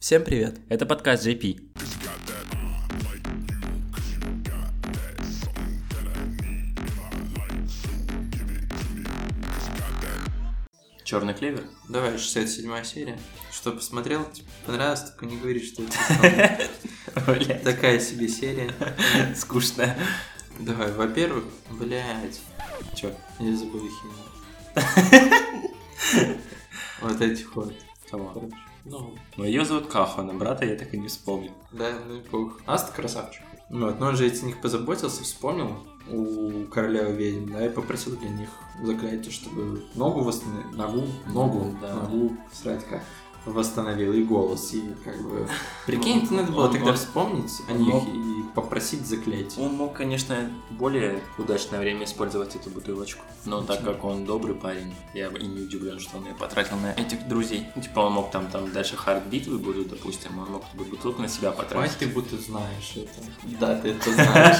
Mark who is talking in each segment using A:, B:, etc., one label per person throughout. A: Всем привет!
B: Это подкаст JP.
C: Черный клевер. Давай, 67 серия. Что, посмотрел? Тебе понравилось? Только не говори, что это
B: Блядь,
C: такая себе серия.
B: скучно.
C: Давай, во-первых, блядь,
B: Чё?
C: я забыл их имена. Вот этих вот.
B: Кого?
C: Ну,
B: Ну, ее зовут Кахана, брата я так и не вспомнил.
C: да, ну и пух. Аста красавчик. Ну вот, но он же о них позаботился, вспомнил у королевы ведьм, да, и попросил для них заклятие, чтобы ногу восстановил, ногу, ногу,
B: Да.
C: ногу, срать как, восстановил и голос, и как бы... Прикинь, это надо было
B: Он
C: тогда
B: мог-
C: вспомнить о
B: он
C: них
B: мог-
C: и попросить заклятие.
B: Он мог, конечно, более удачное время использовать эту бутылочку. Но так как он добрый парень, я бы и не удивлен, что он ее потратил на этих друзей. Ну, Типа он мог там, там дальше хард-битвы будут, допустим, он мог бы бутылку на себя
C: Мать,
B: потратить.
C: ты будто знаешь это. Да, ты это знаешь.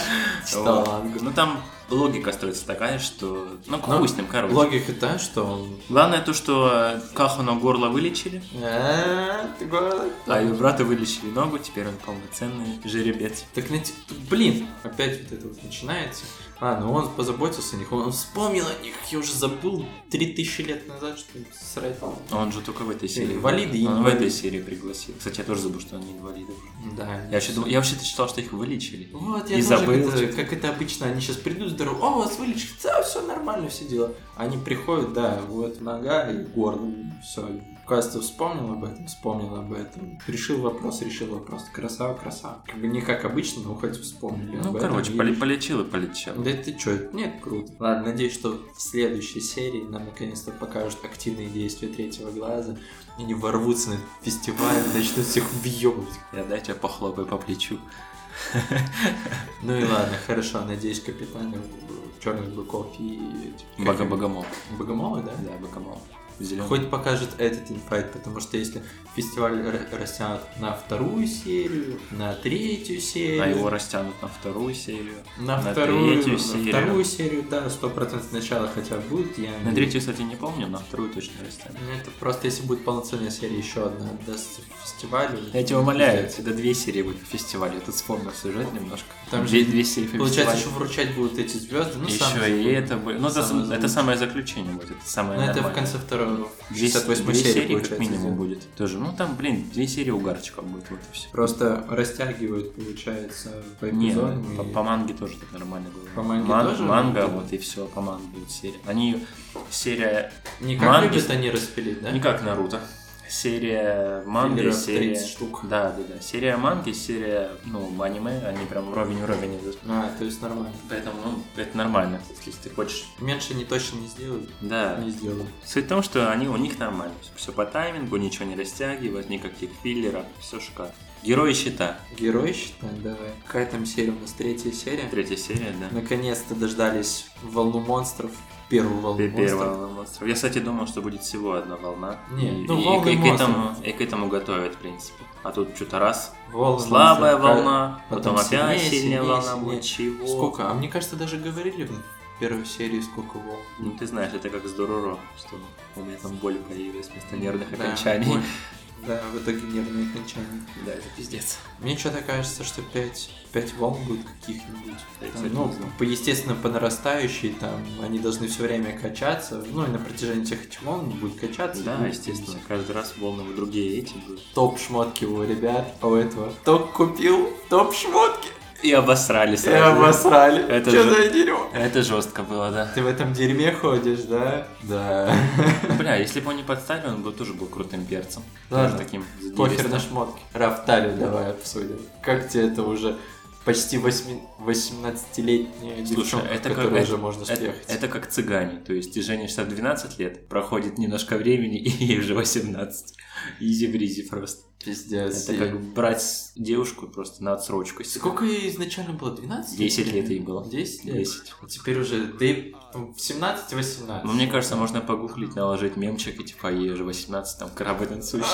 B: Вот.
C: Штанга.
B: Ну там логика строится такая, что... Ну,
C: Ну,
B: хуй с ним, короче.
C: Логика та, что он...
B: Главное то, что Кахану горло вылечили,
C: А, Ты голый.
B: а ее брата вылечили ногу, теперь он полноценный жеребец.
C: Так, на те- так, блин, опять вот это вот начинается. А, ну он позаботился о них, он вспомнил о них, я уже забыл 3000 лет назад, что им срать.
B: Он же только в этой серии.
C: инвалиды Э, и
B: Он в
C: инвалиды.
B: этой серии пригласил. Кстати, я тоже забыл, что они инвалиды.
C: Да.
B: Я вообще, думал- я вообще-то считал, что их вылечили.
C: Вот, я
B: И
C: тоже,
B: забыл.
C: как это- как это обычно, они сейчас придут, здоровы, о, вас вылечили, все нормально, все дела. Они приходят, да, вот нога и горло, все. Каста вспомнил об этом, вспомнил об этом. Решил вопрос, решил вопрос. Красава, красава. Как бы не как обычно, но хоть вспомнили
B: Ну,
C: об этом.
B: короче,
C: И-
B: поле- полечил и полечил.
C: Да ты чё? Нет, круто. Ладно, надеюсь, что в следующей серии нам наконец-то покажут активные действия третьего глаза. И не ворвутся на фестиваль, начнут всех въебывать.
B: Я дай тебя похлопаю по плечу.
C: Ну и ладно, хорошо, надеюсь, капитан черных быков и... типа,
B: бага богомол
C: Богомолы, да?
B: Да, богомол. Зеленый.
C: Хоть покажет этот инфайт, потому что если фестиваль р- растянут на вторую серию, на третью серию...
B: А его растянут на вторую серию.
C: На,
B: на
C: вторую,
B: третью
C: на
B: серию.
C: вторую серию, да, сто процентов сначала хотя бы будет, я...
B: На третью, кстати, не помню, на вторую точно растянут.
C: Ну, это просто если будет полноценная серия, еще одна отдастся в фестивале.
B: Я тебя умоляю, это две серии будет в фестивале. Я тут вспомнил сюжет немножко.
C: Там
B: две,
C: же
B: две серии по
C: Получается,
B: фестивалю.
C: еще вручать будут эти звезды. Ну, сам-
B: Еще и это будет. Ну, это,
C: Самое
B: это
C: звучное.
B: самое заключение будет. Это самое
C: Ну, это в
B: нормальное.
C: конце второго. в
B: Две,
C: 68
B: две
C: серии,
B: серии как
C: получается.
B: минимум
C: сделать.
B: будет. Тоже, ну там, блин, две серии угарчиков будет, вот и все.
C: Просто растягивают, получается, по
B: Не, ну,
C: эпизодам. и-
B: по, по манге тоже так нормально было.
C: По манге тоже?
B: Манга,
C: Да.
B: вот и все, по манге будет серия. Они серия
C: Не как
B: манги-
C: любят они распилить, да?
B: не как Наруто. Серия манги,
C: Филлеров
B: серия...
C: 30 штук.
B: Да, да, да. Серия манги, серия, ну, аниме, они прям уровень-уровень идут.
C: А, то есть нормально.
B: Поэтому, ну, это нормально, если ты хочешь.
C: Меньше они точно не сделают.
B: Да.
C: Не сделают.
B: Суть в том, что они у них нормально. Все по таймингу, ничего не растягивают, никаких филлеров, все шикарно. Герои щита.
C: Герой, считаем, давай. Какая там серия у нас? Третья серия?
B: Третья серия, да.
C: Наконец-то дождались волну монстров. Первую волну
B: Пе- Первая
C: монстров.
B: волна монстров. Я, кстати, думал, что будет всего одна волна.
C: Не,
B: и,
C: ну,
B: и- и
C: волны
B: к- и к этому,
C: монстров.
B: и к этому готовят, в принципе. А тут что-то раз.
C: Волны
B: Слабая
C: монстров, как-
B: волна,
C: потом
B: потом,
C: сильнее,
B: опять сильная
C: сильнее,
B: волна.
C: сильнее.
B: будет. Чего?
C: Сколько? А мне кажется, даже говорили в первой серии, сколько волн.
B: Ну, ты знаешь, это как с Дороро, что у меня там боль появилась вместо нервных
C: Да,
B: окончаний.
C: ой. Да, в итоге нервные окончания.
B: Да, это пиздец.
C: Мне что-то кажется, что 5, пять волн будет каких-нибудь.
B: Я,
C: Там,
B: кстати,
C: ну,
B: не знаю.
C: по, естественно, по нарастающей, там, они должны все время качаться. Ну, и на протяжении всех этих волн будет качаться.
B: Да,
C: будет
B: естественно.
C: всё.
B: Каждый раз волны в другие эти будут.
C: Топ шмотки у ребят, а у этого. Топ купил, топ шмотки.
B: И обосрали
C: И
B: сразу.
C: обосрали.
B: Это
C: Чё
B: же-
C: за дерево?
B: Это жестко было, да.
C: Ты в этом дерьме ходишь, да? Да.
B: Ну, Бля, если бы его не подставили, он бы тоже был крутым перцем.
C: Ладно.
B: Тоже таким
C: Похер
B: задиристым.
C: на шмотки. Рафталию давай обсудим. Как тебе это уже почти восьми- 18-летняя
B: Слушай,
C: девчонка,
B: это
C: в
B: как,
C: которую
B: это-
C: уже можно
B: это,
C: съехать?
B: это как цыгане, то есть ты женишься в 12 лет, проходит немножко времени, и ей уже 18. Изи-бризи просто.
C: Пиздец.
B: Это как брать девушку просто на отсрочку.
C: Сколько ей изначально было? 12?
B: 10 лет ей было.
C: 10 лет?
B: 10.
C: А Теперь уже да и в 17-18.
B: Ну, мне кажется, можно погуглить, наложить мемчик, и типа ей уже 18, там корабль танцующий.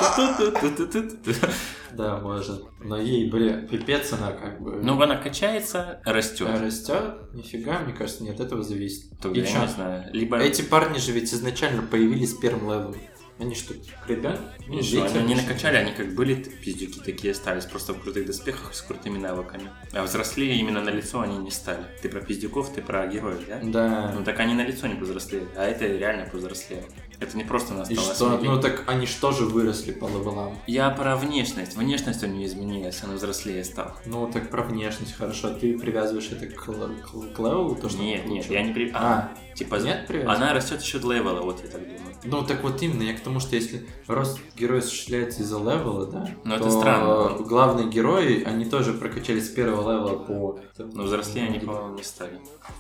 C: Да, можно. Но ей, бля, пипец она как бы...
B: Ну, она качается, растет.
C: растет. Нифига, мне кажется, не от этого зависит.
B: То
C: И
B: я
C: чё?
B: не знаю. Либо
C: Эти парни же ведь изначально появились первым левелом. Они что, ребят?
B: Ну, что, они не накачали, они как были т- пиздюки такие остались, просто в крутых доспехах с крутыми навыками. А взрослее именно на лицо они не стали. Ты про пиздюков, ты про героев, да?
C: Да.
B: Ну так они на лицо не повзрослели, а это реально повзрослели. Это не просто
C: И
B: настало
C: что? Ну так они что же выросли по левелам?
B: Я про внешность. Внешность у нее изменилась, она взрослее стала.
C: Ну так про внешность хорошо. Ты привязываешь это к, л- к л- к левелу? То, что
B: нет,
C: он
B: нет,
C: получил?
B: я не при... А,
C: А,
B: типа,
C: нет привязки?
B: она растет за счет левела, вот я так думаю.
C: Ну так вот именно, я к тому, что если рост героя осуществляется из-за левела, да,
B: Но
C: то
B: Ну, это странно.
C: э, главные герои, они тоже прокачались с первого левела по... там,
B: Но взрослее они,
C: ну,
B: по-моему, не стали.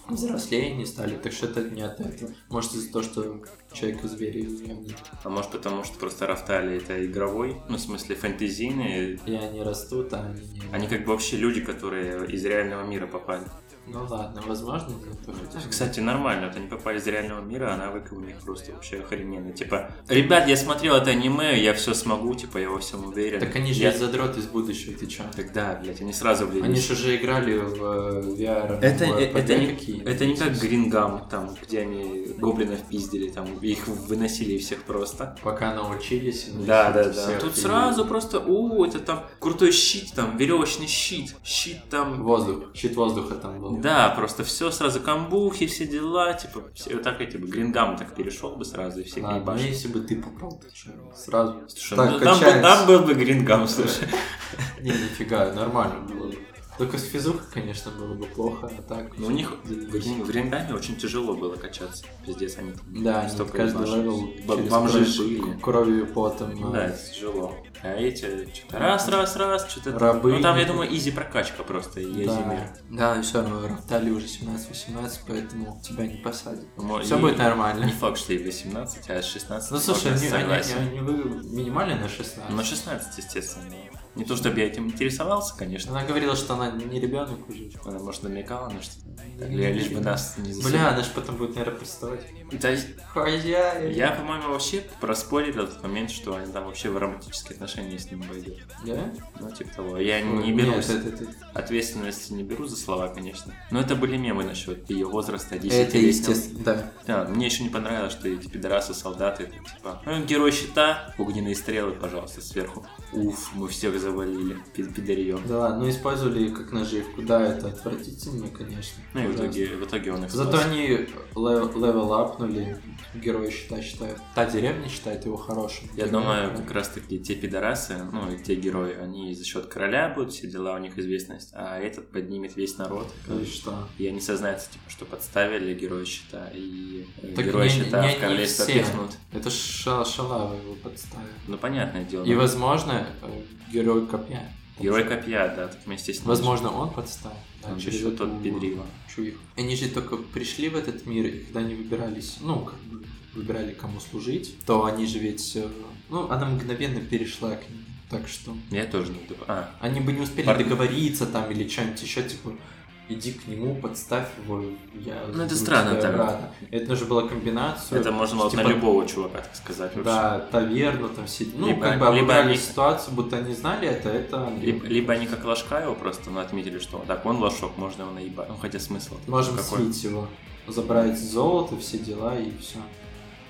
C: Взрослее не стали, так что это не от этого. Может из-за того, что человек и звери древние,
B: А может потому, что просто Рафтали это игровой, ну в смысле фэнтезийный.
C: и они растут, а они не...
B: Они как бы вообще люди, которые из реального мира попали. Ну,
C: Ну ладно, возможно, из-за того, что-
B: Кстати, нормально, вот они попали из реального мира, а навыки у них просто вообще охрененные. Типа, ребят, я смотрел это аниме, я все смогу, типа, я во всем уверен.
C: Так они же
B: Я-
C: из задрот из будущего, ты чё?
B: Тогда, блядь, они сразу влились.
C: Они же уже играли в э, VR.
B: Это,
C: в
B: э- это,
C: RPG
B: не,
C: какие?
B: это не как Грингам, там, где они гоблинов пиздили, там, их выносили всех просто.
C: Пока научились. ну,
B: Да,
C: все
B: да, да. Тут
C: охренели.
B: сразу просто, у, это там крутой щит, там, веревочный щит, щит там.
C: Воздух, щит воздуха там был.
B: Да, просто все сразу камбухи, все дела, типа, все, вот так, типа, Грингам так перешел бы сразу и все
C: Ладно, ну
B: ебашили.
C: если бы ты попал, ты чё, сразу.
B: Слушай,
C: Так,
B: ну, там, был,
C: качается.
B: там был бы Грингам, слушай.
C: Не, нифига, нормально было бы. Только с физухой, конечно, было бы плохо, а так...
B: Но Ну, у них в Грин- в Грингаме очень тяжело было качаться, пиздец, они там
C: Да, они
B: столько
C: каждый
B: ебашились.
C: левел
B: Б-
C: через
B: бомжи
C: кровь-
B: были.
C: кровью, потом... э,
B: Ну да, это тяжело. А эти что-то раз, раз, раз, что-то...
C: Рабы.
B: Ну там, я думаю, изи прокачка просто, изи
C: да,
B: мир.
C: да, и все равно Рафтали уже 17-18, поэтому тебя не посадят.
B: Мо-
C: Все
B: и-
C: будет
B: Не
C: нормально.
B: факт, что и 18, а 16.
C: Ну слушай,
B: можно,
C: они, они,
B: согласен.
C: они вы- минимально на 16.
B: Ну 16, естественно. Не то, чтобы я этим интересовался, конечно.
C: Она говорила, что она не ребенок уже.
B: Она, может, намекала на что-то. Ли- Лишь бы нас не засудили.
C: Бля, она же потом будет, наверное, приставать.
B: Да,
C: Хозяин.
B: я, по-моему, вообще проспорил этот момент, что они там вообще в романтические отношения с ним войдет.
C: Да?
B: Ну, типа того. Я не берусь.
C: Нет, это, это-
B: Ответственности не беру за слова, конечно. Но это были мемы насчет ее возраста, 10
C: это естественно, да.
B: Да, мне еще не понравилось, что эти пидорасы, солдаты, это типа, «Ну, герой щита, огненные стрелы, пожалуйста, сверху. Уф, мы всех завалили, пид- пидорье.
C: Да ладно, ну использовали как наживку, да, это отвратительно, конечно.
B: Ну и в
C: Ужасно.
B: итоге, в итоге он их
C: Зато
B: спас.
C: они лев- левел апнули, герои считай, считают. Та деревня считает его хорошим.
B: Я
C: Героем.
B: думаю, как раз таки те пидорасы, ну и те герои, они за счет короля будут, все дела, у них известность, а этот поднимет весь народ.
C: Ну и что?
B: И они сознаются, типа, что подставили героя щита, и э,
C: Так
B: герои
C: не-
B: щита
C: не- не
B: в королевство
C: все.
B: пихнут.
C: Это ша- шалава его подставил.
B: Ну, понятное дело.
C: И, возможно, э, герой копья.
B: Герой копья, да, так вместе с ним.
C: Возможно, он подставил. да,
B: Там
C: через
B: еще
C: эту
B: тот педрила.
C: чувиху. Они же только пришли в этот мир, и когда они выбирались, ну, как бы выбирали, кому служить, то они же ведь... э, Ну, она мгновенно перешла к ним, так что...
B: Я тоже не думаю. А,
C: Они бы не успели
B: Пар-
C: договориться там или что-нибудь еще, типа, иди к нему, подставь его, я...
B: Ну, это
C: заберу
B: странно
C: тебя
B: так.
C: обратно». Это нужно было комбинацию.
B: Это можно вот
C: типа,
B: на любого чувака так сказать вообще.
C: Да, таверну там сидеть. Ну,
B: Либо-
C: как бы
B: либо
C: обыграли
B: они-
C: ситуацию, будто они знали это, это... они-
B: Либо, либо они как ложка его просто ну, отметили, что так, он лошок, можно его наебать. Ну, хотя смысл
C: Можем слить его, забрать золото, все дела и все.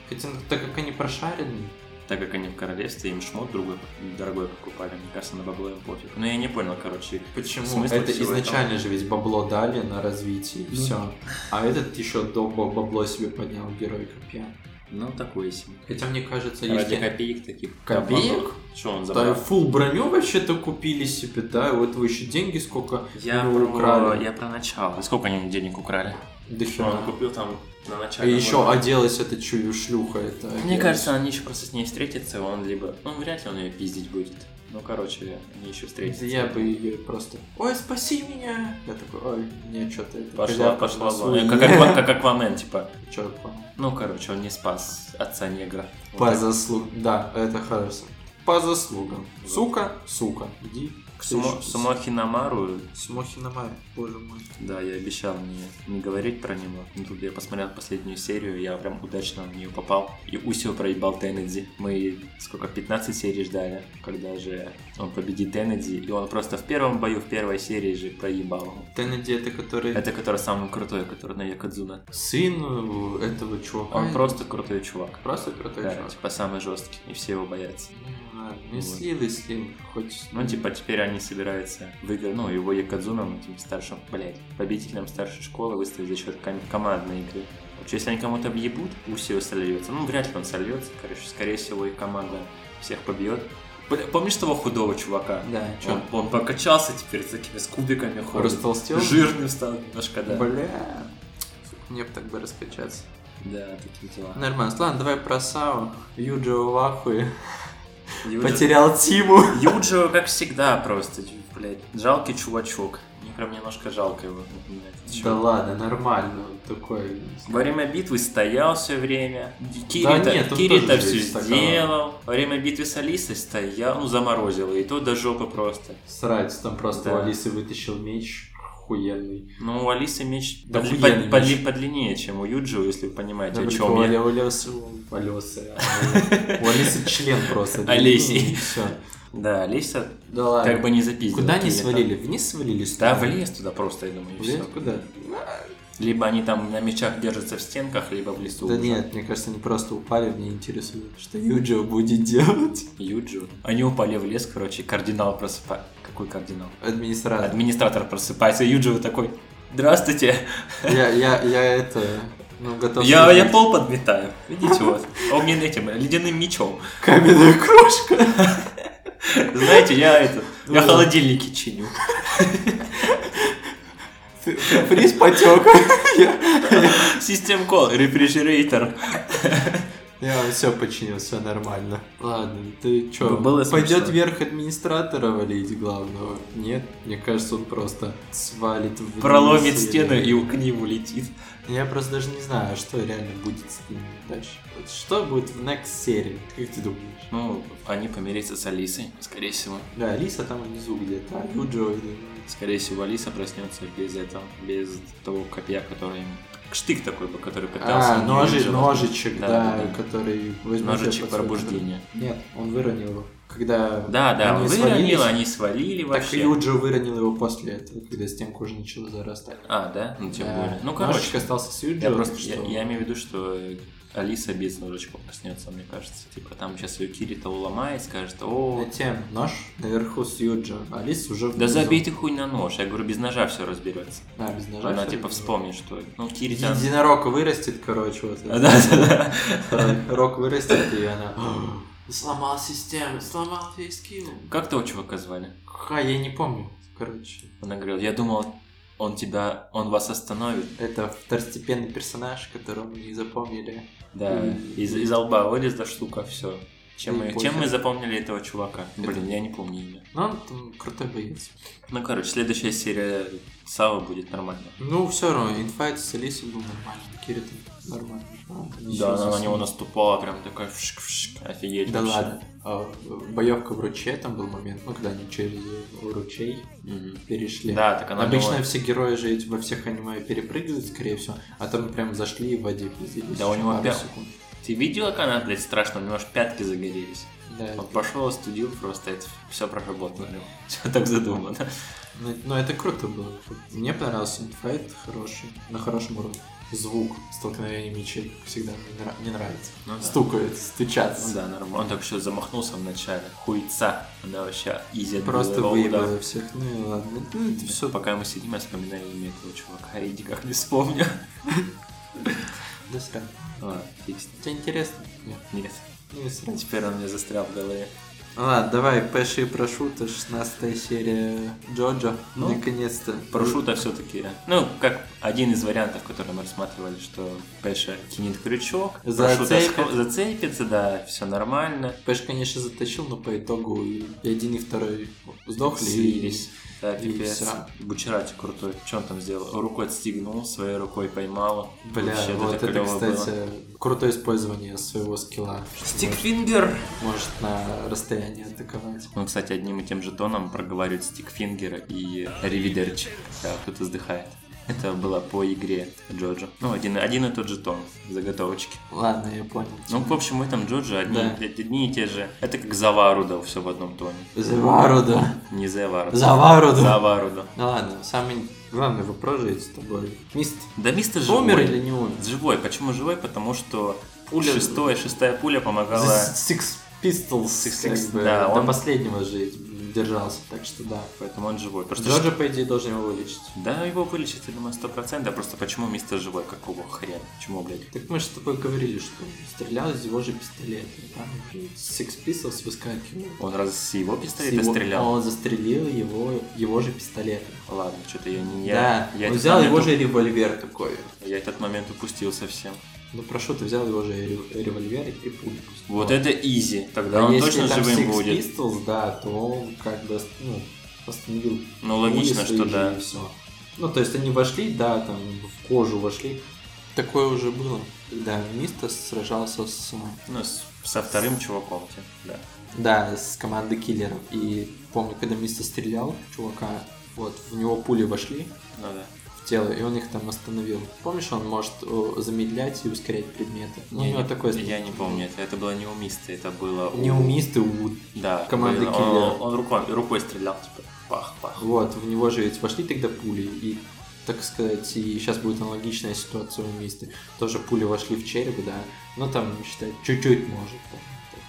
C: Хотя, ну, так как они прошаренные,
B: Так как они в королевстве, им шмот другой дорогой покупали. Мне кажется, на бабло им пофиг. Но я не понял, короче.
C: почему?
B: Смысл
C: это
B: всего
C: изначально же ведь бабло дали на развитие и
B: Ну.
C: все. А этот еще до баб- бабло себе поднял герой копья.
B: Ну, такое себе.
C: Хотя мне кажется,
B: Ради
C: если...
B: копеек таких.
C: Копеек?
B: Что он
C: Да,
B: забрал?
C: фул броню вообще-то купили себе, да, и у этого еще деньги сколько
B: Я
C: у него
B: про,
C: украли.
B: я про начало. Сколько они денег украли?
C: Да
B: Он
C: хера.
B: купил там на начале.
C: И еще оделась эта чую шлюха это.
B: Мне кажется, они еще просто с ней встретятся, он либо... Ну, вряд ли он ее пиздить будет. Ну, короче, они еще встретятся.
C: Я бы ее просто. Ой, спаси меня! Я такой, ой, не что-то это.
B: Пошла,
C: хозяйка
B: пошла,
C: нас
B: вон. Как,
C: уебала».
B: Аква- как Аквамен, типа.
C: Чё, понял.
B: Ну, короче, он не спас отца негра. Вот
C: По
B: так.
C: заслуг. Да, это хорошо. по заслугам. Сука, сука, иди к
B: Сумо, Сумохинамару,
C: Сумохи боже мой.
B: да, я обещал не, не говорить про него, но тут я посмотрел последнюю серию, я прям удачно в нее попал. И Усио проебал Теннеди. Мы сколько, 15 серий ждали, когда же он победит Теннеди, и он просто в первом бою, в первой серии же проебал его.
C: Теннеди это который
B: Это который самый крутой, который на Якадзуна.
C: сын э, этого чувака.
B: Он просто крутой чувак.
C: просто крутой
B: Да,
C: чувак.
B: типа самый жесткий, и все его боятся.
C: Ну, ладно, Не
B: Вот.
C: слил и слил, хоть...
B: Ну, типа, теперь они собираются выиграть, ну, его Якадзуном, этим старшим, блядь, победителем старшей школы выставить за счет ком- командной игры. Потому что если они кому-то въебут, Усио сольется. Ну, вряд ли он сольется, короче, скорее всего, и команда всех побьет. Бля, Помнишь того худого чувака?
C: Да,
B: Он,
C: чё?
B: он покачался теперь с такими с кубиками ходит.
C: Растолстел?
B: Жирный стал немножко, да.
C: Бля. Мне бы так бы раскачаться.
B: Да, такие дела.
C: Нормально. Ладно, давай про Сао. Юджио в ахуе.
B: Юджи-
C: Потерял Тиму.
B: Юджио, как всегда, просто, блядь, жалкий чувачок. Мне прям немножко жалко его. напоминает этот чувак.
C: Да ладно, нормально. он Такой...
B: Во время битвы стоял все время.
C: Да
B: Кирита,
C: нет, он тоже
B: все
C: здесь такого.
B: сделал. Во время битвы с Алисой стоял, ну заморозил. И то до жопы просто.
C: Срать, там просто
B: Да.
C: у Алисы вытащил меч. Охуенный.
B: Ну, у Алисы меч
C: Да
B: подли-
C: охуенный
B: под- подли-
C: меч.
B: подлиннее, чем у Юджио, если вы понимаете,
C: Я
B: о
C: бы
B: чем
C: говорил,
B: я.
C: А У Алисы... У Алисы, а, У Алисы член просто.
B: Олесей.
C: Все.
B: Да, Алиса
C: Да ладно.
B: как бы не запиздила.
C: Куда они
B: Или там-
C: свалили? Вниз свалили?
B: Да, в лес туда просто, я думаю, и
C: В лес?
B: всё.
C: Куда?
B: Либо они там на мечах держатся в стенках, либо в лесу.
C: Да
B: уже.
C: нет, мне кажется, они просто упали, мне интересует, что Юджио будет делать.
B: Юджио. Они упали в лес, короче, кардинал просыпается. Какой кардинал?
C: Администратор.
B: Администратор просыпается, и Юджио такой, здравствуйте,
C: Я, я, я это, ну, готов...
B: Я, я
C: сказать,
B: пол подметаю. Видите вот. А у меня этим ледяным мечом.
C: Каменная крошка.
B: Знаете, я это.
C: Ну
B: Я
C: да.
B: холодильники чиню.
C: Приз потек. Я-
B: Систем кол, рефрижерейтор.
C: Я все починил, все нормально. Ладно, ты чё,
B: Ну, было
C: пойдет
B: смешно.
C: вверх администратора валить главного? Нет, мне кажется, он просто свалит вниз.
B: Проломит
C: или-
B: стену и у- к ним улетит.
C: Я просто даже не знаю, а что реально будет с ним дальше. Вот Что будет в next серии? Как ты думаешь?
B: Ну, они помирятся с Алисой, скорее всего.
C: Да, Алиса там внизу где-то, а Юджио...
B: Скорее всего, Алиса проснется без этого, без того копья, который им- Штык такой бы, который пытался.
C: А,
B: не
C: ножи,
B: выжил.
C: ножичек,
B: Да,
C: да,
B: да, да.
C: который возьмет
B: Ножичек
C: её под свой
B: пробуждения.
C: контроль. Нет, он выронил его. Когда
B: Да, да,
C: они
B: он
C: свалились,
B: выронил, они свалили
C: Так и
B: вообще.
C: Юджио выронил его после этого, когда стенка уже начала зарастать.
B: А, да? Ну, тем
C: Да.
B: более. Ну,
C: Ножичек
B: короче,
C: остался с Юджио.
B: Я просто,
C: так
B: я,
C: что-
B: я имею в виду, что э, Алиса без ножичков проснется, мне кажется. Типа там сейчас ее Кирита уломает, скажет, о,
C: Затем Ну, нож наверху с Юджио, а Алис уже
B: да
C: внизу.
B: забей ты хуй на нож. Я говорю, без ножа все разберется.
C: Да, без ножа.
B: Она
C: всё
B: типа
C: внизу.
B: вспомнит, что, ну, Кирита...
C: Единорог вырастет, короче, вот.
B: Да, да, да.
C: Рок вырастет, и она... Сломал систему, сломал весь скилл.
B: Как того чувака звали?
C: Ха, я не помню, короче.
B: Она говорила, я думал, он тебя, он вас остановит.
C: Это второстепенный персонаж, которого мы не запомнили.
B: Да, из, из лба вылезла штука, все. Чем,
C: Ну,
B: мы,
C: пофиг.
B: чем мы запомнили этого чувака? Блин, я не помню имя.
C: Но Ну, он там крутой боец.
B: Ну, короче, следующая серия Сава будет нормально.
C: Ну, все равно, инфайт с Алисой был ну, нормально. Кирита нормально. Ну, ничего
B: Да, она на
C: совсем.
B: него наступала, прям такая вшик-вшик, офигеть.
C: Да
B: вообще.
C: ладно. А, Боевка в ручье там был момент, ну, когда они через ручей
B: Мгм.
C: перешли.
B: Да, так она
C: Обычно
B: была-
C: все герои же эти во всех аниме перепрыгивают, скорее всего, а там прям зашли и в воде пиздились.
B: Да, у него
C: пару
B: пя-
C: секунд.
B: Ты видела, как она, блядь, страшно, у него аж пятки загорелись.
C: Да,
B: Он пошел, остудил просто, это все проработано. Все так задумано.
C: Ну, Но это круто было. Мне понравился инфайт хороший, на хорошем уровне. Звук столкновения мечей всегда мне, нра- мне нравится.
B: Ну да.
C: Стукают,
B: Ну
C: стучатся.
B: да, нормально. Он так еще замахнулся вначале. Хуйца. Она вообще изи отбила
C: Просто
B: его удар.
C: выебало всех. Ну и ладно. Ну, это все.
B: Пока мы сидим, я вспоминаю имя этого чувака. Я никак не вспомню.
C: Да срань.
B: Ладно, фиг с
C: Тебе интересно? Нет.
B: ним. Нет.
C: Ну и срань.
B: Теперь он мне застрял в голове.
C: Ладно, давай, Пэши и Прошута, 16 серия Джоджо.
B: Ну,
C: Наконец-то.
B: Прошута все-таки, ну, как один из вариантов, который мы рассматривали, что Пэша кинет крючок,
C: Зацепит.
B: Прошута схо- зацепится, да, все нормально.
C: Пэш, конечно, затащил, но по итогу и один и второй Сдохли
B: Слились. Да,
C: и
B: пипец.
C: всё.
B: Бучарати крутой. Что он там сделал? Руку отстегнул, своей рукой поймал.
C: Бля,
B: Вообще,
C: вот это,
B: клёво было.
C: кстати, крутое использование своего скилла. что
B: Стикфингер!
C: может- Может на расстоянии атаковать.
B: Он, кстати, одним и тем же тоном проговаривает стикфингер и ревидерч, когда кто-то вздыхает. Это было по игре Джоджо. Ну, один, один и тот же тон заготовочки.
C: Ладно, я понял.
B: Ну, в общем, в этом Джоджо одни,
C: Да.
B: блядь, одни и те же. Это как Заварудо, все в одном тоне.
C: Заваруду.
B: Не Заварудо.
C: Заваруду.
B: Заварудо.
C: Ну ладно, самый главный вопрос же с тобой. Мист,
B: Да мистер живой.
C: умер или не умер?
B: Живой. Почему живой? Потому что
C: Пуля-
B: шестое, шестая пуля помогала...
C: The Six Pistols,
B: Six-
C: как бы,
B: да,
C: до
B: он-
C: последнего жить держался, так что да.
B: Поэтому он живой. Просто
C: Джорджа, по идее, должен его вылечить.
B: Да, его вылечит, я думаю, сто процентов. Просто почему мистер живой? Какого хрена? Почему, блядь?
C: Так мы же с тобой говорили, что стрелял из его же пистолета. и Там уже Six Pistols выскакивал.
B: Он раз с его пистолета
C: С его-
B: стрелял?
C: Он застрелил его, его же пистолетом.
B: Ладно, что-то я не... Я,
C: Да,
B: я
C: он
B: этот
C: взял его
B: момент
C: же револьвер такой.
B: уп- Я этот момент упустил совсем.
C: Ну прошу, ты взял его же рев- револьвер и три пули. пустил.
B: Вот это изи. Тогда
C: а
B: он
C: если
B: точно
C: там
B: живым
C: Six
B: будет.
C: Pistols, да, то он как бы ну, остановил
B: Ну, логично,
C: пули
B: что
C: свои
B: да.
C: же, и всё. Ну, то есть они вошли, да, там в кожу вошли. Такое уже было. Когда Мистер сражался с...
B: Ну, с- со вторым чуваком. типа, Да.
C: Да, с командой киллеров. И помню, когда Мистер стрелял в чувака, вот, в него пули вошли
B: Ну да.
C: в тело, и он их там остановил. Помнишь, он может э, замедлять и ускорять предметы? Ну, у
B: я,
C: него
B: не,
C: такое...
B: я не помню, это, это было не у миста, это было у...
C: Не у Миста, у...
B: Да,
C: команды
B: было.
C: киллеров.
B: Он, он рукой, рукой стрелял, типа, пах, пах.
C: Вот, в него же ведь вошли тогда пули, и, так сказать, и сейчас будет аналогичная ситуация у Мисты. Тоже пули вошли в череп, да, но там, считай, чуть-чуть может. там,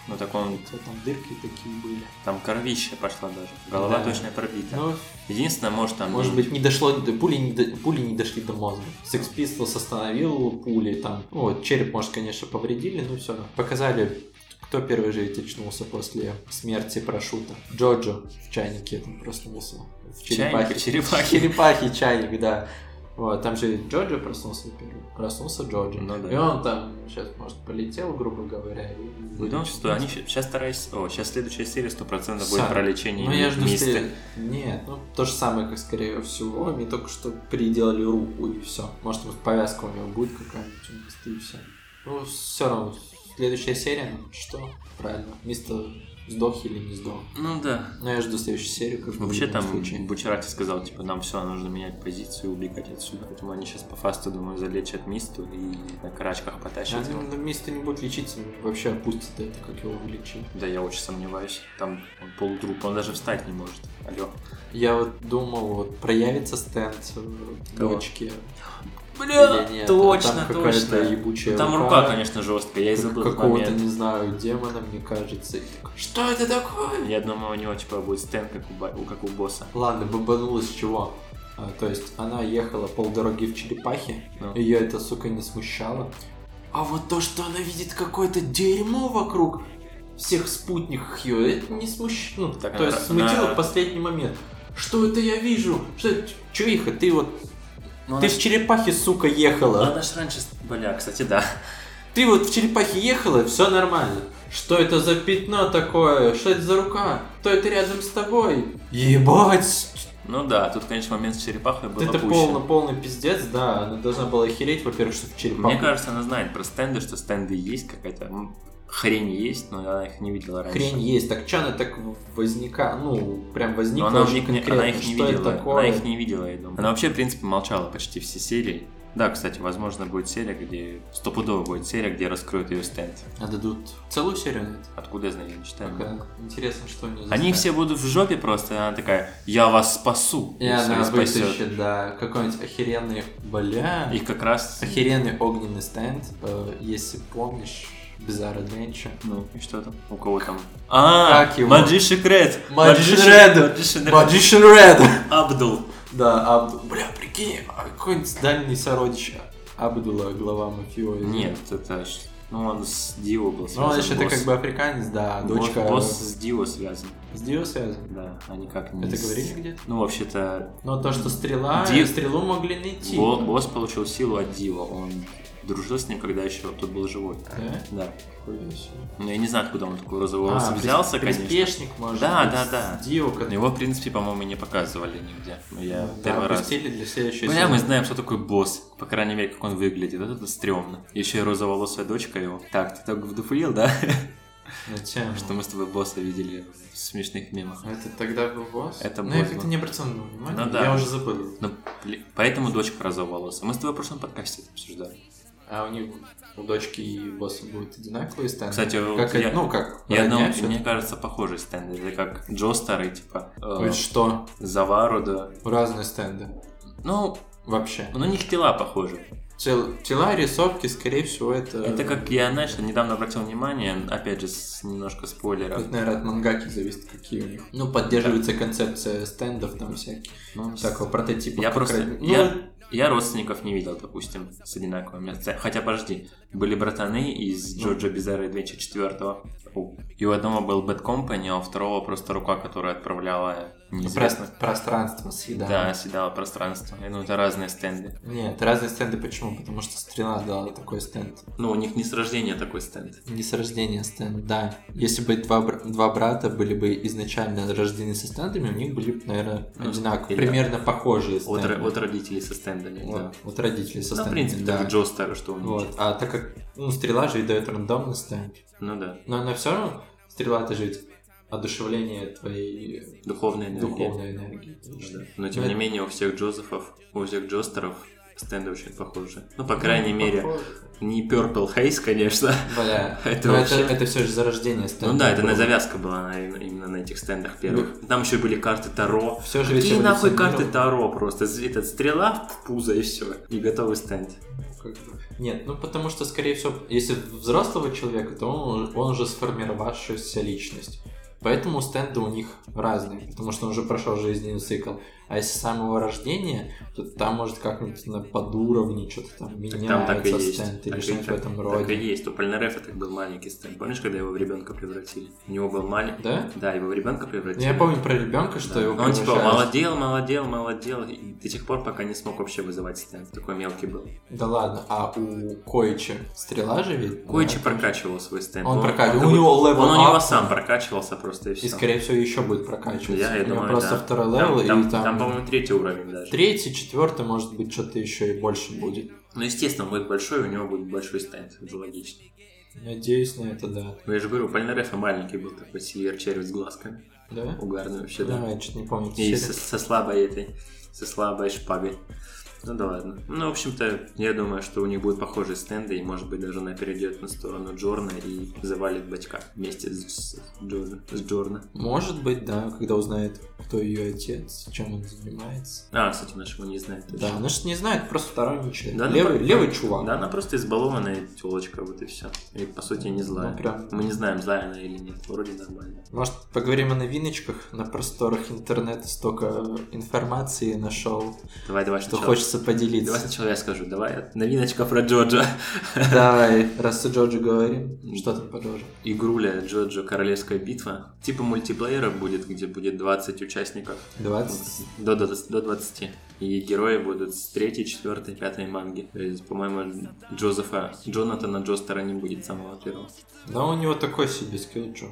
B: Ну так он,
C: Хотя там дырки такие были.
B: там кровище пошла даже. Голова
C: Да.
B: точно пробита.
C: Ну,
B: Единственное, может там...
C: может
B: не-
C: быть, не дошло, до- пули не, до- пули не дошли до мозга. Секс Pistols остановил пули, там, ну, вот, череп, может, конечно, повредили, но все равно. Показали, кто первый же ведь очнулся после смерти парашюта. Джоджо в чайнике там проснулся. В черепахе.
B: Чайник, черепахи.
C: Черепахи чайник, да. Вот, там же Джоджо проснулся первым. Проснулся Джоджо.
B: Ну да.
C: И он там сейчас, может, полетел, грубо говоря. и-
B: Потому что они сейчас вторая... с- О, сейчас следующая серия 100% будет
C: Сами.
B: про лечение
C: Ну, я жду,
B: миста.
C: что... Нет, ну, то же самое, как, скорее всего, они только что переделали руку, и все. Может, вот повязка у него будет какая-нибудь, у Миста, и все. Ну, все равно, следующая серия, ну, что? Правильно, Мистер сдох или не сдох.
B: Ну да.
C: Но я жду следующую серию, как в
B: Вообще
C: любом
B: там
C: случае.
B: Бучарати сказал, типа, нам все, нужно менять позицию, убегать отсюда. Поэтому они сейчас по фасту, думаю, залечат мисту и на карачках
C: Да,
B: потащат его.
C: ну, Мистер не будет лечиться, вообще опустит это, как его вылечили.
B: Да я очень сомневаюсь. Там он полудруп, он даже встать не может. Алло.
C: Я вот думал, вот проявится стенд в
B: Кого?
C: дочке
B: Бля,
C: или нет. а
B: точно,
C: там какая-то
B: точно.
C: ебучая
B: Там рука, конечно, жесткая, я и забыл этот
C: какого-то,
B: момент.
C: не знаю, демона, мне кажется. И такой, Что это такое?
B: Я думаю, у него, типа, будет стенд, как у, ба- у- как у босса.
C: Ладно, бомбанулась чего? А, то есть она ехала полдороги в черепахе,
B: Ну.
C: ее это, сука, не смущало. А вот то, что она видит какое-то дерьмо вокруг всех спутников ее, это не смущало.
B: Ну, Так
C: то
B: она-
C: есть смутило
B: она-
C: в последний момент. Что это я вижу? Что это? Чё, Иха, ты вот...
B: Ну,
C: ты
B: она ж-
C: в черепахе, сука, ехала.
B: Она ж раньше... с- Бля, кстати, да.
C: Ты вот в черепахе ехала, все нормально. Что это за пятно такое? Что это за рука? Кто это рядом с тобой? Ебать!
B: Ну да, тут, конечно, момент с черепахой был
C: это
B: опущен.
C: полный, полный пиздец, да. Она должна была охереть, во-первых, что в черепаху.
B: Мне кажется, она знает про стенды, что стенды есть, какая-то м, хрень есть, но она их не видела раньше.
C: Хрень есть. Так чё она так возникла? Ну, прям
B: Но
C: возникла
B: она,
C: очень
B: их не-
C: конкретно.
B: она их не
C: что
B: видела.
C: это такое?
B: Она их не видела, я думаю. Она вообще, в принципе, молчала почти все серии. Да, кстати, возможно, будет серия, где... Стопудово будет серия, где раскроют ее стенд.
C: А дадут целую серию на это?
B: Откуда я знаю, я не читаю.
C: Пока. Интересно, что они...
B: Они
C: заставят.
B: все будут в жопе просто, и она такая, я вас спасу.
C: И
B: всё,
C: она
B: спасёт.
C: вытащит, да, какой-нибудь охеренный... Бля...
B: И как раз...
C: Охеренный огненный стенд, э, если помнишь, Bizarre Adventure.
B: Ну, и что там? У кого там? А,
C: Как его?
B: Magician Red!
C: Magician
B: Magician-
C: Red!
B: Magician Red!
C: Magician Red!
B: Абдул!
C: Да, Абдул. Бля, прикинь, а какой-нибудь дальний сородич Абдула, глава мафиози.
B: Нет, это... ж- Ну, он с Дио был
C: Ну,
B: связан.
C: он еще это
B: босс.
C: как бы африканец, да, дочка
B: Босс, босс с Дио связан.
C: с Дио связан.
B: Да, а никак не
C: Это
B: с-
C: говорили где-то?
B: Ну, вообще-то,
C: Но то, что стрела,
B: Ди-
C: стрелу могли найти.
B: бо- босс получил силу от Дио. Он дружил с ним, когда еще тот был живой.
C: Да?
B: Да.
C: Какой веселый.
B: Но я не знаю, откуда он такой розовый волос
C: А,
B: взялся,
C: прис-
B: конечно.
C: Приспешник, может
B: Да,
C: быть,
B: да, да.
C: Дио,
B: Но
C: который-
B: Его, в принципе, по-моему, не показывали нигде. Но я
C: Да,
B: первый раз.
C: опустили для следующей
B: Бля, мы
C: серии.
B: знаем, что такое босс. По крайней мере, как он выглядит. Вот это стрёмно. Еще и розоволосая дочка его. Так, ты так вдуплил, да?
C: На тему.
B: Что мы с тобой босса видели в смешных мемах.
C: ну, Это тогда был босс?
B: Это
C: Ну,
B: босс
C: я
B: был.
C: как-то не обратил на него внимания.
B: Ну да.
C: Я уже забыл.
B: Ну, бля, поэтому дочка розоволосая. Мы с тобой в прошлом подкасте это обсуждали.
C: А у них у дочки и босса будут одинаковые стенды?
B: Кстати, вот
C: как,
B: я-
C: это- ну как,
B: Я
C: родня
B: думаю,
C: всё-таки.
B: мне кажется, похожие стенды. Это как Джо старый, типа,
C: То
B: э,
C: есть что?
B: Завару, да.
C: Разные стенды.
B: Ну,
C: Вообще.
B: ну, у них тела похожи.
C: Тел- Тела, рисовки, скорее всего, это...
B: Это как я, знаешь, недавно обратил внимание, опять же, с немножко спойлеров.
C: Это, наверное, от мангаки зависит, какие у них. Ну, поддерживается концепция стендов там всяких.
B: Ну,
C: Всякого прототипа.
B: Я
C: как
B: просто-
C: раз- Ну,
B: я- Я родственников не видел, допустим, с одинаковыми. отца- Хотя, подожди, были братаны из
C: Ну.
B: Джорджа Бизарра и Двенча Четвертого. И у одного был Bad Company, а у второго просто рука, которая отправляла неизвестно.
C: про- пространство
B: Да,
C: съедало.
B: съедала пространство. Я думаю, это разные стенды.
C: Нет, разные стенды почему? Потому что стрела дала такой стенд.
B: Ну, у них не с рождения такой стенд.
C: Не с рождения стенд, да. Если бы два, бр- два брата были бы изначально рождены со стендами, у них были бы, наверное,
B: Ну,
C: одинаковые,
B: или-
C: примерно похожие
B: От,
C: стенды.
B: ро- от родителей со стендами, да.
C: Вот, от родителей со
B: Ну, в
C: стендами,
B: принципе,
C: да.
B: как Джо Стар, что у них.
C: Вот. А так как ну, стрела же и дает рандомный стенд,
B: Ну да,
C: но она все равно, стрела это же ведь одушевление твоей
B: духовная энергия.
C: духовной энергии.
B: Да. Но тем
C: Ну, это-
B: не менее, у всех Джозефов, у всех Джостеров стенды очень похожи. Ну, по крайней мере, не Purple Haze, конечно.
C: Бля,
B: Это
C: но
B: вообще-
C: это, все же зарождение стенда.
B: Ну да, это на завязка была на- именно на этих стендах первых.
C: Ну.
B: Там еще были карты Таро.
C: Все же ведь
B: Какие нахуй карты
C: эволюционировало.
B: Таро просто? Этот стрела в пузо и все. И готовый стенд.
C: Как бы. Нет, ну потому что, скорее всего, если взрослого человека, то он, он уже сформировавшаяся личность. Поэтому стенды у них разные, потому что он уже прошел жизненный цикл. А если с самого рождения, то там может как-нибудь на подуровне что-то там
B: Там так
C: меняется
B: и есть.
C: стенд
B: Так
C: или
B: и-
C: что-нибудь в
B: так-
C: этом
B: Так и
C: роде.
B: есть. У Польнарефа так был маленький стенд. Помнишь, когда его в ребенка превратили? У него был маленький...
C: Да?
B: Да, его в ребенка
C: Ну,
B: превратили.
C: Я помню про ребенка, что
B: Да.
C: его
B: Он типа
C: превращают-
B: молодел, молодел, молодел, и до тех пор, пока не смог вообще вызывать стенд. Такой мелкий был.
C: Да ладно, а у Коичи стрела же ведь?
B: Койчи
C: да?
B: прокачивал свой стенд.
C: Он прокачивал.
B: он-
C: У него level
B: Он у него
C: up.
B: сам прокачивался просто и все.
C: И скорее всего еще будет прокачиваться.
B: Я, я
C: У него
B: думаю,
C: просто
B: да.
C: второй
B: Там-
C: левел
B: там,
C: и там...
B: там, по-моему, третий уровень даже.
C: Третий, четвертый, может быть, что-то еще и больше будет.
B: Ну, естественно, он будет большой, у него будет большой стенд. Это логично.
C: Надеюсь на это, да.
B: Но я же говорю, у Пальнарефа маленький был такой сильвер червь с глазками.
C: Да?
B: Угарный вообще, да.
C: Да, я что-то не помню.
B: И
C: Все
B: со, со слабой этой, со слабой шпагой. Ну да ладно. Ну, в общем-то, я думаю, что у них будут похожие стенды, и, может быть, даже она перейдет на сторону Джорна и завалит бачка вместе с, с Джорна, с Джорна.
C: это- Может быть, да, когда узнает, кто ее отец, чем он занимается.
B: А, кстати, нашего не знает
C: Да,
B: точно.
C: она же не знает, просто сторонничает.
B: Да, ну,
C: левый,
B: по-
C: левый чувак.
B: Да, она просто избалованная телочка, вот и все. И, по сути, не злая.
C: Ну, прям.
B: Мы не знаем, злая она или нет. Вроде нормально.
C: Может, поговорим о новиночках? На просторах интернета столько информации нашел,
B: Давай, давай,
C: что
B: сначала.
C: хочется
B: Давай
C: поделиться.
B: сначала я скажу. Давай, новиночка про Джорджа.
C: Давай, раз у Джорджи говорим, что там по Джорджу?
B: Игруля Джорджа Королевская битва. Типа мультиплеера будет, где будет 20 участников.
C: 20.
B: До, до, до 20. И герои будут с 3, 4, 5 манги. То есть, по-моему, Джозефа, Джонатана Джостера не будет с самого первого.
C: Да у него такой себе скилл, чё.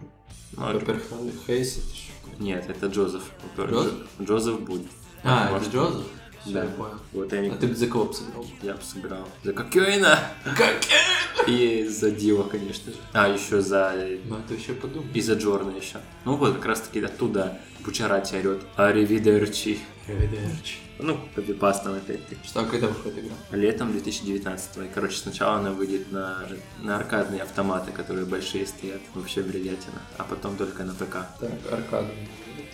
B: Ну,
C: Пеппер Хейс, это ж-
B: Нет, это Джозеф.
C: Джозеф?
B: Джозеф будет.
C: А,
B: Может,
C: это Джозеф? Всё,
B: Да.
C: я понял.
B: Вот я,
C: А ты бы за кого бы сыграл?
B: я бы сыграл. За Кокюина! И за Дива, конечно же. А, еще за...
C: Ну, это еще подумай.
B: И за Джорна еще. Ну вот, как раз таки оттуда Бучарати орет. Аривидерчи.
C: Привет,
B: Ну, копипастом опять-таки.
C: Что, а когда выходит игра?
B: Летом 2019 И, короче, сначала она выйдет на, на аркадные автоматы, которые большие стоят, вообще бредятина, а потом только на ПК.
C: Так, аркада.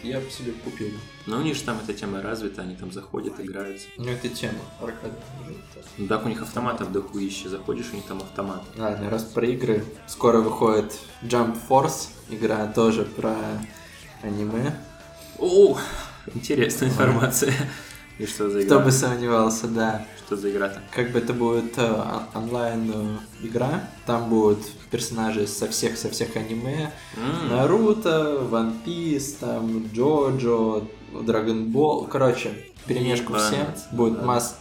C: Я бы себе купил.
B: Но у них же там эта тема развита, они там заходят, играются.
C: Ну, это тема. Аркада.
B: Ну так у них автоматов дохуище, заходишь, у них там автомат.
C: Ладно, раз про игры. Скоро выходит Jump Force. Игра тоже про аниме.
B: О, интересная информация. И что за
C: Кто
B: игра?
C: бы сомневался, да.
B: Что за игра-то?
C: Как бы это будет э, он- онлайн-игра. Там будут персонажи со всех, со всех аниме.
B: М, ну,
C: Наруто, One Piece, там, Джоджо, Dragon Ball, короче, перемешку
B: Ебануть,
C: всем, будет
B: да.
C: масс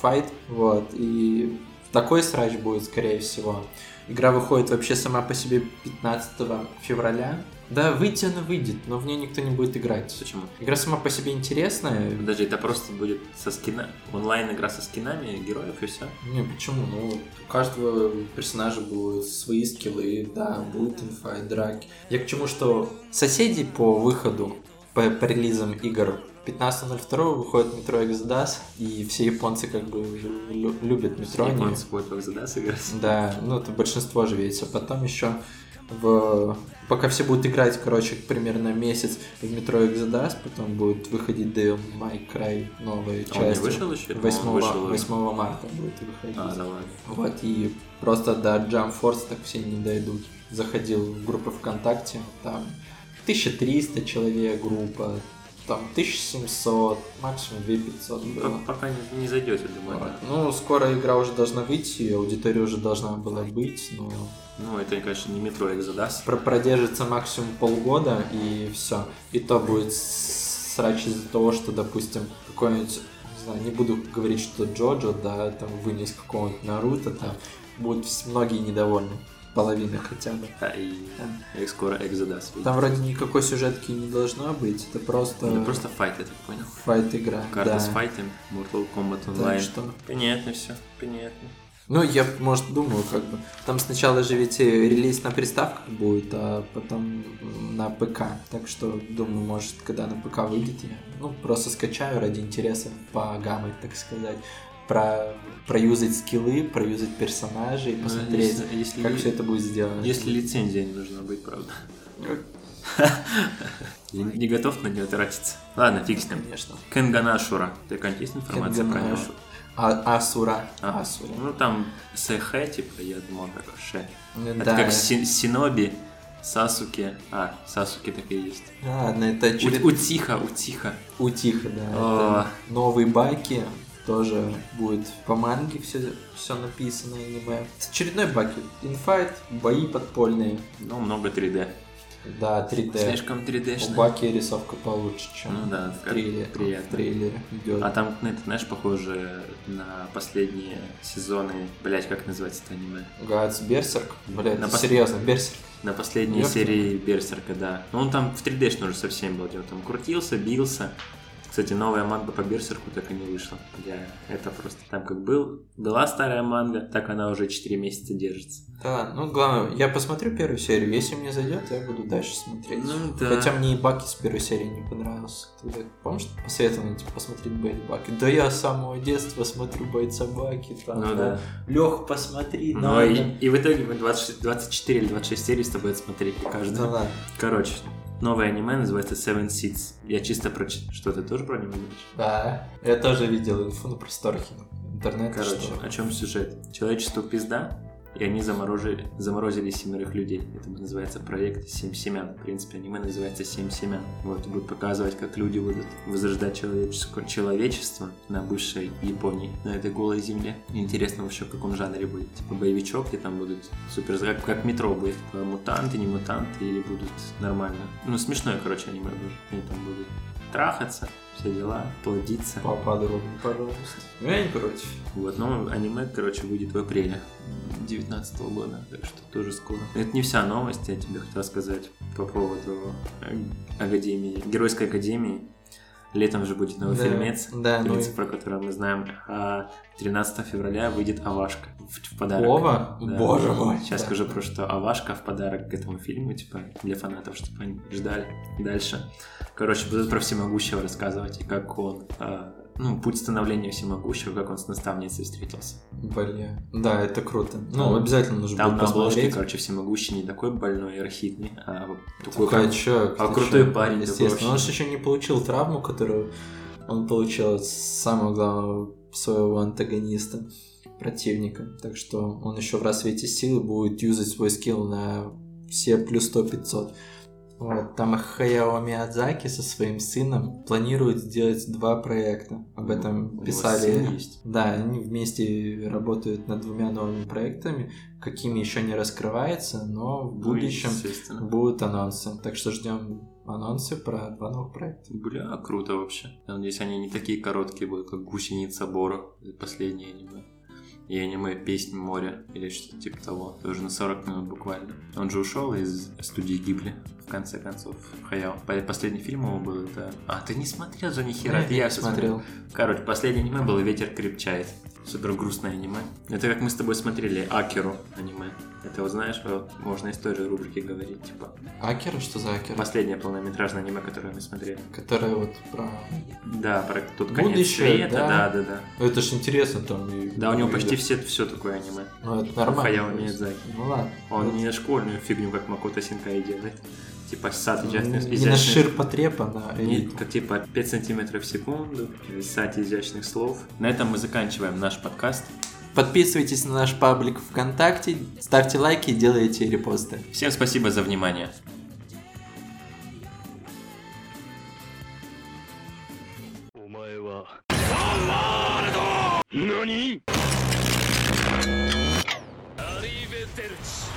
C: файт, вот, и Такой срач будет, скорее всего. Игра выходит вообще сама по себе 15 февраля. Да, выйти она выйдет, но в нее никто не будет играть.
B: Почему?
C: Игра сама по себе интересная.
B: Подожди, это просто будет со скина... онлайн игра со скинами героев и все.
C: Не, почему? Ну, у каждого персонажа будут свои скиллы, да, будут инфайт, драки. Я к чему, что соседи по выходу, по, по релизам игр 15.02 выходит метро Exodus, и все японцы как бы уже лю- любят метро. они-
B: Японцы будут в Exodus играть.
C: Да, ну это большинство же ведь. А потом еще в... пока все будут играть, короче, примерно месяц в метро Exodus, потом будет выходить Devil May Cry новая
B: А Он не
C: часть.
B: вышел еще?
C: 8,
B: Он вышел.
C: 8 марта будет выходить.
B: А, да ладно.
C: Вот, и просто до Jump Force так все не дойдут. Заходил в группы ВКонтакте, там 1300 человек группа, там 1700, максимум 2500 было.
B: Пок- А, ну, Пока не, не зайдете, думаю.
C: Вот.
B: да.
C: Ну, скоро игра уже должна выйти, аудитория уже должна была быть, но
B: Ну, это, конечно, не метро Exodus.
C: про- продержится максимум полгода и все. И то будет с- срач из-за того, что, допустим, какой-нибудь, не знаю, не буду говорить, что Джоджо, да, там вынес какого-нибудь Наруто, там будут вс- многие недовольны, половина хотя бы.
B: Да, а и, и скоро Exodus. выйдет.
C: Там вроде никакой сюжетки не должно быть, это просто,
B: Это просто файт, я так понял.
C: файт игра.
B: Карта с файтом, Mortal Kombat
C: Так
B: онлайн.
C: что
B: Понятно все, понятно.
C: Ну, я, может, думаю, как бы. Там сначала же ведь э, релиз на приставках будет, а потом м, на ПК. Так что, думаю, может, когда на ПК выйдет, я ну, просто скачаю ради интереса по гамме, так сказать. Про проюзать скиллы, проюзать персонажей,
B: Ну,
C: посмотреть,
B: если, если,
C: как
B: ли-
C: все это будет сделано.
B: если лицензия не нужна быть, правда. Я не не готов на нее тратиться. Ладно, фиг с ним.
C: Конечно.
B: Кенганашура. Ты как есть информация про него?
C: Кенганашура. А, Асура.
B: А.
C: Асура.
B: Ну там Сэхэ, типа, я думал, как Ше.
C: Ну,
B: Это
C: да.
B: как Си- Синоби, Сасуки. А, Сасуки так и есть.
C: Ладно, это
B: У-
C: очеред-
B: Утиха, Утиха.
C: Утиха, да.
B: О.
C: это Новые байки тоже будет по манге все, все написано, аниме. Очередной баки. Инфайт, бои подпольные.
B: Ну, много 3D.
C: Да, 3D.
B: Слишком 3D.
C: У
B: -шно.
C: Баки рисовка получше, чем
B: Ну да,
C: в
B: как
C: трейлере.
B: приятно.
C: В трейлере идет.
B: А там, ну, это, знаешь, похоже на последние сезоны, блять, как называется это аниме?
C: Гац Берсерк. Блядь,
B: На
C: ну
B: пос-
C: серьезно, Берсерк.
B: На последней
C: Берсерк?
B: серии Берсерка, да. Ну, он там в 3D уже совсем был, где он там крутился, бился. Кстати, новая манга по Берсерку так и не вышла. Я... Это просто там как был, была старая манга, так она уже 4 месяца держится.
C: Да, ну главное, я посмотрю первую серию. Если мне зайдет, я буду дальше смотреть.
B: Ну да.
C: Хотя мне и Баки с первой серии не понравился. Тогда, помнишь, посоветовали типа, посмотреть Бэйд Баки? Да я с самого детства смотрю Бэйд Собаки. Там,
B: Ну да.
C: Лех, посмотри.
B: Ну,
C: надо».
B: и, и в итоге мы 26 24 или 26 серий с тобой отсмотрели
C: Да
B: каждую.
C: ладно.
B: Короче, новое аниме называется Seven Seeds. Я чисто прочитал. Что, ты тоже про него знаешь?
C: Да. Я тоже видел инфу на просторке интернет.
B: Короче, о чем сюжет? Человечеству пизда, и они заморожили, заморозили семерых людей. Это называется проект «Семь семян». В принципе, аниме называется «Семь семян». Вот, и будут показывать, как люди будут возрождать человеческое человечество на бывшей Японии, на этой голой земле. Интересно вообще, в каком жанре будет. Типа боевичок, где там будут супер... Как, как метро будет. Типа, Мутанты, не мутанты, или будут нормально. Ну, смешное, короче, аниме будет. Они там будут трахаться, все дела, плодиться.
C: Поподробнее, пожалуйста. Ну, я не против.
B: Вот, но аниме, короче, выйдет в апреле 2019 года, так что тоже скоро. Это не вся новость, я тебе хотел сказать по поводу э, Академии, Геройской Академии. Летом же будет новый
C: Да.
B: фильмец, типа,
C: Да, ну
B: принцип, про который мы знаем. А 13 февраля выйдет Авашка в, в подарок.
C: Вова?
B: Да.
C: Боже мой.
B: Сейчас
C: Да.
B: скажу про что Авашка в подарок к этому фильму, типа, для фанатов, чтобы они ждали дальше. Короче, будут про всемогущего рассказывать, и как он, э, ну, путь становления всемогущего, как он с наставницей встретился.
C: Бля. Да, это круто. Ну, обязательно нужно
B: Там
C: будет
B: на обложке,
C: посмотреть.
B: короче, всемогущий не такой больной и архитный, а вот такой,
C: Такой
B: как-
C: чувак,
B: а
C: ты
B: крутой
C: чё?
B: парень такой
C: Естественно, он же
B: вообще.
C: еще не получил травму, которую он получил от самого главного своего антагониста, противника. Так что он еще в рассвете силы будет юзать свой скилл на все плюс 100-500. Вот, там Хаяо Миядзаки со своим сыном планирует сделать два проекта. Об
B: У
C: этом
B: него
C: писали
B: сын есть.
C: да, они вместе работают над двумя новыми проектами, какими еще не раскрывается, но в
B: Ну,
C: будущем
B: естественно.
C: будут анонсы. Так что ждем анонсы про два новых проекта.
B: Бля, круто вообще. Я надеюсь, они не такие короткие будут, как «Гусеница Бора», последнее аниме. и аниме «Песнь моря» или что-то типа того. Тоже на 40 минут буквально. Он же ушел из студии Гибли, в конце концов, Хаяо. По- Последний фильм его был это... А, ты не смотрел же ни хера, это я всё смотрел. Короче, последнее аниме было «Ветер крепчает». Супер грустное аниме. Это как мы с тобой смотрели Акеру аниме. Это вот знаешь, вот можно историю рубрики говорить, типа.
C: Акера? Что за Акера?
B: Последнее полнометражное аниме, которое мы смотрели.
C: Которая вот про...
B: Да, про тут конец
C: Будущее,
B: света,
C: да.
B: да, да, да.
C: Ну, Это ж интересно там. и-
B: Да, у него
C: и-
B: почти все, все такое аниме.
C: Ну, это нормально.
B: Хаяо Миядзаки.
C: Ну ладно.
B: Он не школьную фигню, как Макото Синкай делает. Типа сад изящных...
C: Ну, не на
B: изящных-
C: ширпотреб, а на элит.
B: Нет, как типа 5 сантиметров в секунду, сад изящных слов. На этом мы заканчиваем наш подкаст.
C: Подписывайтесь на наш паблик ВКонтакте, ставьте лайки и делайте репосты.
B: Всем спасибо за внимание.